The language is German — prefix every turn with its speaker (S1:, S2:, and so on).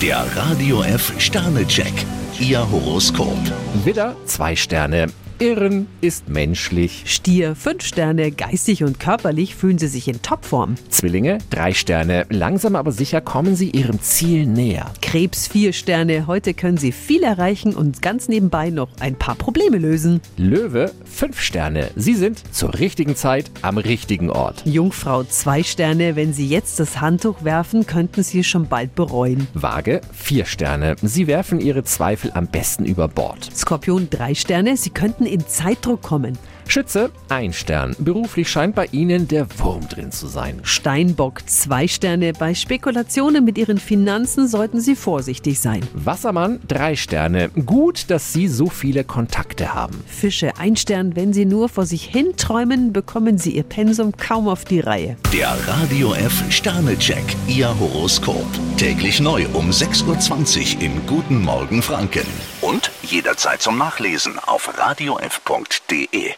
S1: Der Radio F Sternecheck, Ihr Horoskop.
S2: Widder, zwei Sterne. Irren ist menschlich.
S3: Stier, fünf Sterne, geistig und körperlich fühlen Sie sich in Topform.
S2: Zwillinge, drei Sterne. Langsam aber sicher kommen sie ihrem Ziel näher.
S3: Krebs, vier Sterne, heute können Sie viel erreichen und ganz nebenbei noch ein paar Probleme lösen.
S2: Löwe, fünf Sterne. Sie sind zur richtigen Zeit am richtigen Ort.
S3: Jungfrau, zwei Sterne, wenn Sie jetzt das Handtuch werfen, könnten Sie es schon bald bereuen.
S2: Waage, vier Sterne. Sie werfen ihre Zweifel am besten über Bord.
S3: Skorpion, drei Sterne, Sie könnten in Zeitdruck kommen.
S2: Schütze, ein Stern. Beruflich scheint bei ihnen der Wurm drin zu sein.
S3: Steinbock, zwei Sterne, bei Spekulationen mit Ihren Finanzen sollten Sie vorsichtig sein.
S2: Wassermann, drei Sterne. Gut, dass sie so viele Kontakte haben.
S3: Fische, ein Stern, wenn Sie nur vor sich hin träumen, bekommen Sie Ihr Pensum kaum auf die Reihe.
S1: Der Radio F Sternecheck, Ihr Horoskop. Täglich neu um 6.20 Uhr im Guten Morgen Franken. Und jederzeit zum Nachlesen auf radiof.de.